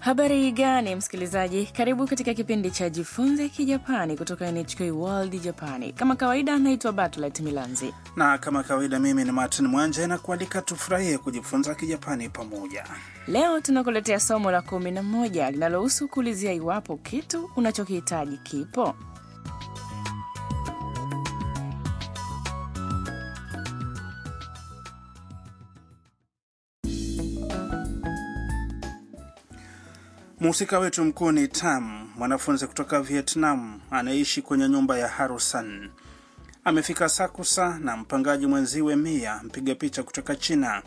Habari gani msikilizaji, karibu katika kipindi cha jifunze kijapani kutoka NHK World Japani. Kama kawaida, naitwa Batlet Milanzi. na kama kawaida mimi ni Martin Mwanje na kualika tufurahie kujifunza Kijapani pamoja. Leo tunakuletea somo la kumi na moja linalohusu kuulizia iwapo kitu unachokihitaji kipo. Mhusika wetu mkuu ni Tam, mwanafunzi kutoka Vietnam anayeishi kwenye nyumba ya Harusan. Amefika Sakusa na mpangaji mwenziwe Mia, mpiga picha kutoka China.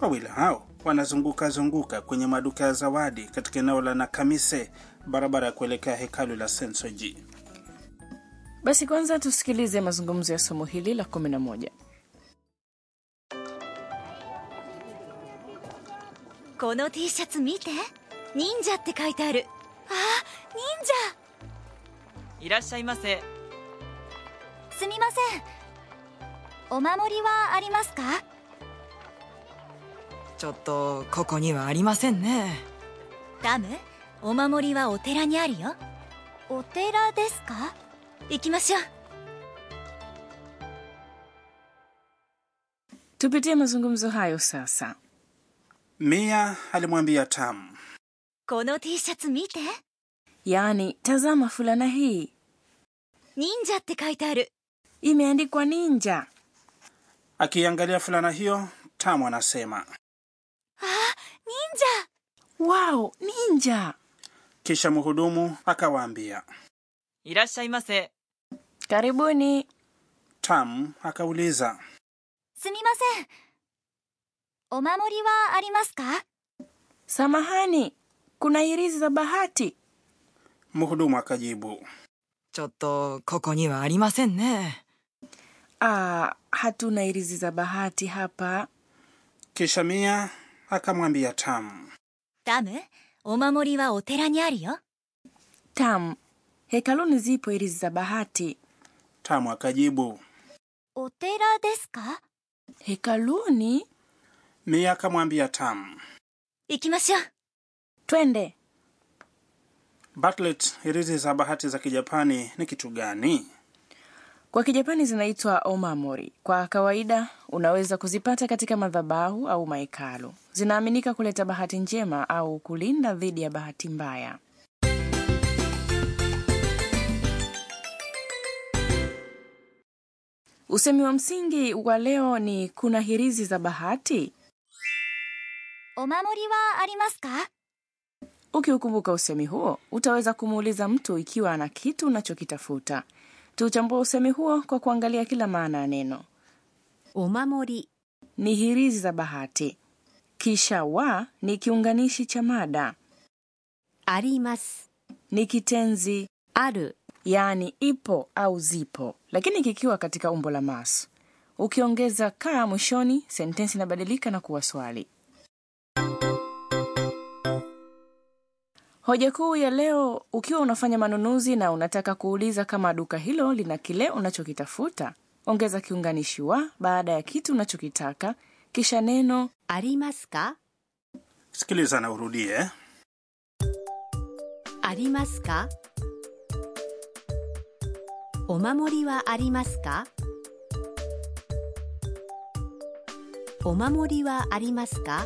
Wawili hao wanazunguka zunguka kwenye maduka ya zawadi katika eneo la Nakamise, barabara ya kuelekea hekalu la Sensoji. Basi kwanza tusikilize mazungumzo ya somo hili la kumi na moja. この T シャツ見て忍者って書いてあるあー忍者いらっしゃいませすみませんお守りはありますかちょっとここにはありませんねダムお守りはお寺にあるよお寺ですか行きましょう Tupitie mazungumzo hayo sasa. Mia alimwambia Tam, この T シャツ見て Yaani, tazama fulana hii, 忍者って書いてある imeandikwa ninja. akiangalia fulana hiyo, Tam anasema 忍者 Wao, ninja! kisha mhudumu akawaambia. いらっしゃいませ Karibuni. Tam akauliza, すみませんお守りはありますか Samahani, kuna hirizi za bahati? mhudumu akajibu. ちょっとここにはありませんね Ah, hatuna hirizi za bahati hapa. Kisha Mia akamwambia Tam, ダムお守りはお寺にあるよ Tam, hekaluni zipo hirizi za bahati. Tam akajibu. お寺ですか Hekaluni? Mia akamwambia Tam, 行きましょう Twende. Bartlett, hirizi za bahati za Kijapani ni kitu gani? Kwa Kijapani zinaitwa omamori. Kwa kawaida unaweza kuzipata katika madhabahu au mahekalu. Zinaaminika kuleta bahati njema au kulinda dhidi ya bahati mbaya. Usemi wa msingi wa leo ni kuna hirizi za bahati. お守りはありますか Ukiukumbuka usemi huo, utaweza kumuuliza mtu ikiwa ana kitu unachokitafuta. Tuchambue usemi huo kwa kuangalia kila maana ya neno. お守り ni hirizi za bahati, kisha wa ni kiunganishi cha mada, あります。 ni kitenzi ある。 yaani ipo au zipo, lakini kikiwa katika umbo la mas. Ukiongeza ka mwishoni, sentensi inabadilika na kuwa swali. Hoja kuu ya leo, ukiwa unafanya manunuzi na unataka kuuliza kama duka hilo lina kile unachokitafuta, ongeza kiunganishi wa baada ya kitu unachokitaka, kisha neno ありますか Sikiliza na urudie. ありますかお守りはありますかお守りはありますか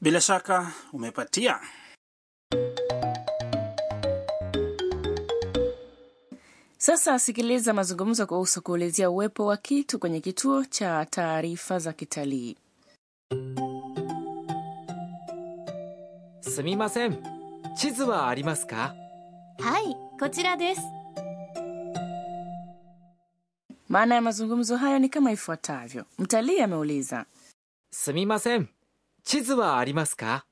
Bila shaka umepatia. Sasa sikiliza mazungumzo kuhusu kuulizia uwepo wa kitu kwenye kituo cha taarifa za kitalii. すみません地図はありますかはい、こちらです。 Maana ya mazungumzo hayo ni kama ifuatavyo. Mtalii ameuliza, すみません地図はありますか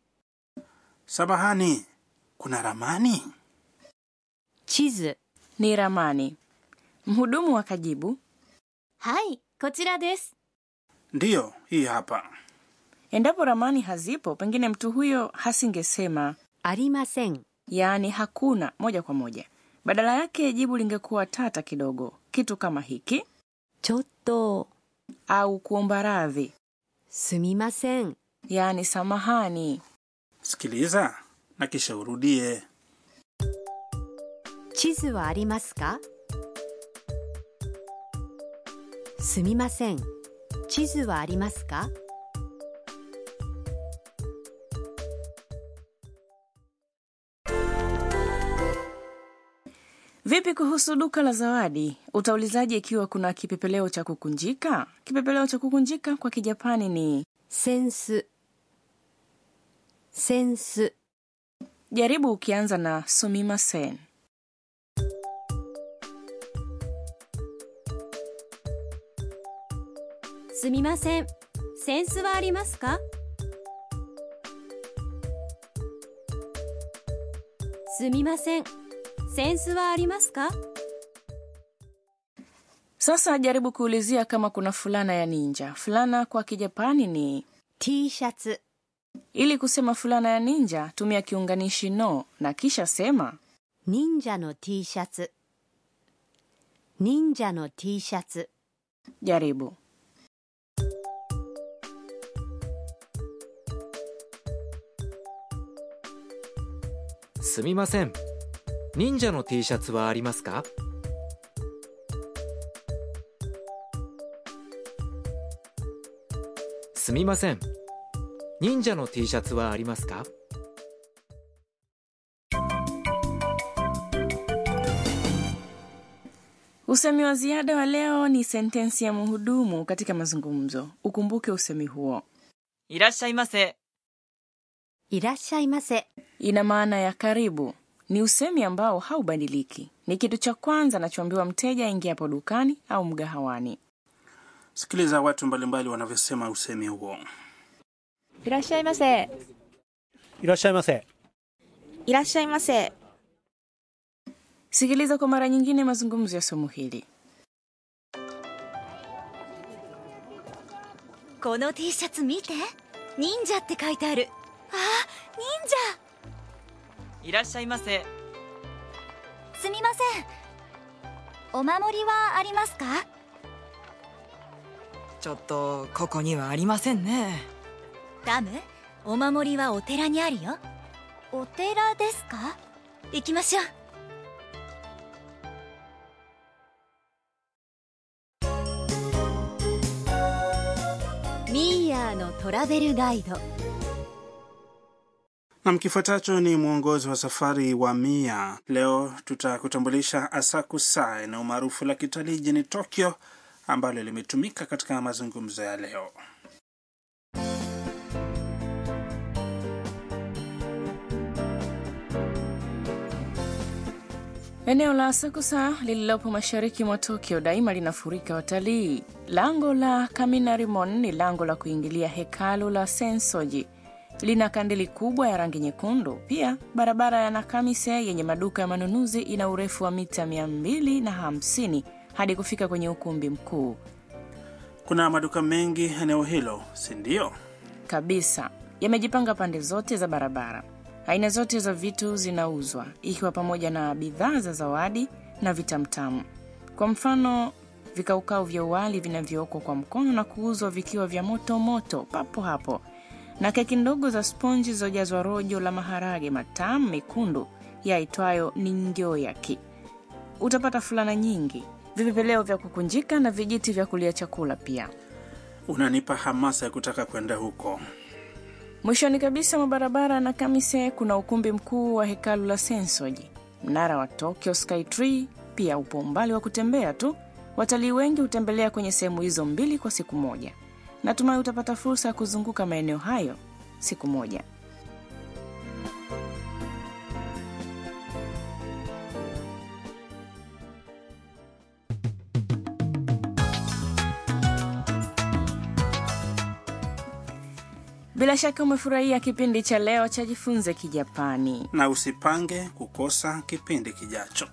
Samahani, kuna ramani? 地図。 ni ramani. Mhudumu akajibu, はい、こちらです。 Ndiyo, hii hapa. endapo ramani hazipo, pengine mtu huyo hasingesema ありません。 yaani hakuna moja kwa moja. Badala yake jibu lingekuwa tata kidogo, kitu kama hiki ちょっと、 au kuomba radhi. すみません yaani samahani. sikiliza na kisha urudie 地図はありますかすみません地図はありますか Vipi kuhusu duka la zawadi? Utaulizaje ikiwa kuna kipepeleo cha kukunjika? Kipepeleo cha kukunjika kwa Kijapani ni センスセンス jaribu ukianza na sumimasen. すみませんセンスはありますかすみませんセンスはありますか Sasa jaribu kuulizia kama kuna fulana ya ninja. Fulana kwa Kijapani ni T シャツ ili kusema fulana ya ninja, tumia kiunganishi no na kisha sema 忍者の T シャツ忍者の T シャツ jaribu. すみません忍者の T シャツはありますかすみません忍者の T シャツはありますか Usemi wa ziada wa leo ni sentensi ya mhudumu katika mazungumzo. Ukumbuke usemi huo. いらっしゃいませ。いらっしゃいませ Ina maana ya karibu. Ni usemi ambao haubadiliki. Ni kitu cha kwanza anachoambiwa mteja aingiapo dukani au mgahawani. sikiliza watu mbalimbali wanavyosema usemi huo いらっしゃいませいらっしゃいませ。いらっしゃいませ Sikiliza kwa mara nyingine mazungumzo ya somo hili. この T シャツ見て忍者って書いてあるあー忍いらっしゃいませ。者すみませんお守りはありますかちょっと、ここにはありませんね。ダムお守りはお寺にあるよお寺ですか行きましょうミーヤーのトラベルガイド nam kifuatacho ni mwongozi wa safari wa mia leo tutakutambulisha asakusa eneo maarufu la kitalii jijini tokyo ambalo limetumika katika mazungumzo ya leo Eneo la Asakusa lililopo mashariki mwa Tokyo daima linafurika watalii. Lango la Kaminarimon ni lango la kuingilia hekalu la Sensoji. Lina kandili kubwa ya rangi nyekundu. Pia barabara ya Nakamise yenye maduka ya manunuzi ina urefu wa mita 250 hadi kufika kwenye ukumbi mkuu. kuna maduka mengi eneo hilo si ndio kabisa yamejipanga pande zote za barabara aina zote za vitu zinauzwa ikiwa pamoja na bidhaa za zawadi na vitamtamu kwa mfano vikaukau vya uwali vinavyookwa kwa mkono na kuuzwa vikiwa vya moto moto papo hapo na keki ndogo za sponji zilizojazwa rojo la maharage matamu mekundu yaitwayo ningyoyaki utapata fulana nyingi vipepeleo vya kukunjika na vijiti vya kulia chakula pia unanipa hamasa ya kutaka kwenda huko Mwishoni kabisa mwa barabara ya Nakamise kuna ukumbi mkuu wa hekalu la Sensoji. Mnara wa Tokyo Sky Tree pia upo umbali wa kutembea tu. Watalii wengi hutembelea kwenye sehemu hizo mbili kwa siku moja. Natumai utapata fursa ya kuzunguka maeneo hayo siku moja. Bila shaka umefurahia kipindi cha leo cha Jifunze Kijapani. na usipange kukosa kipindi kijacho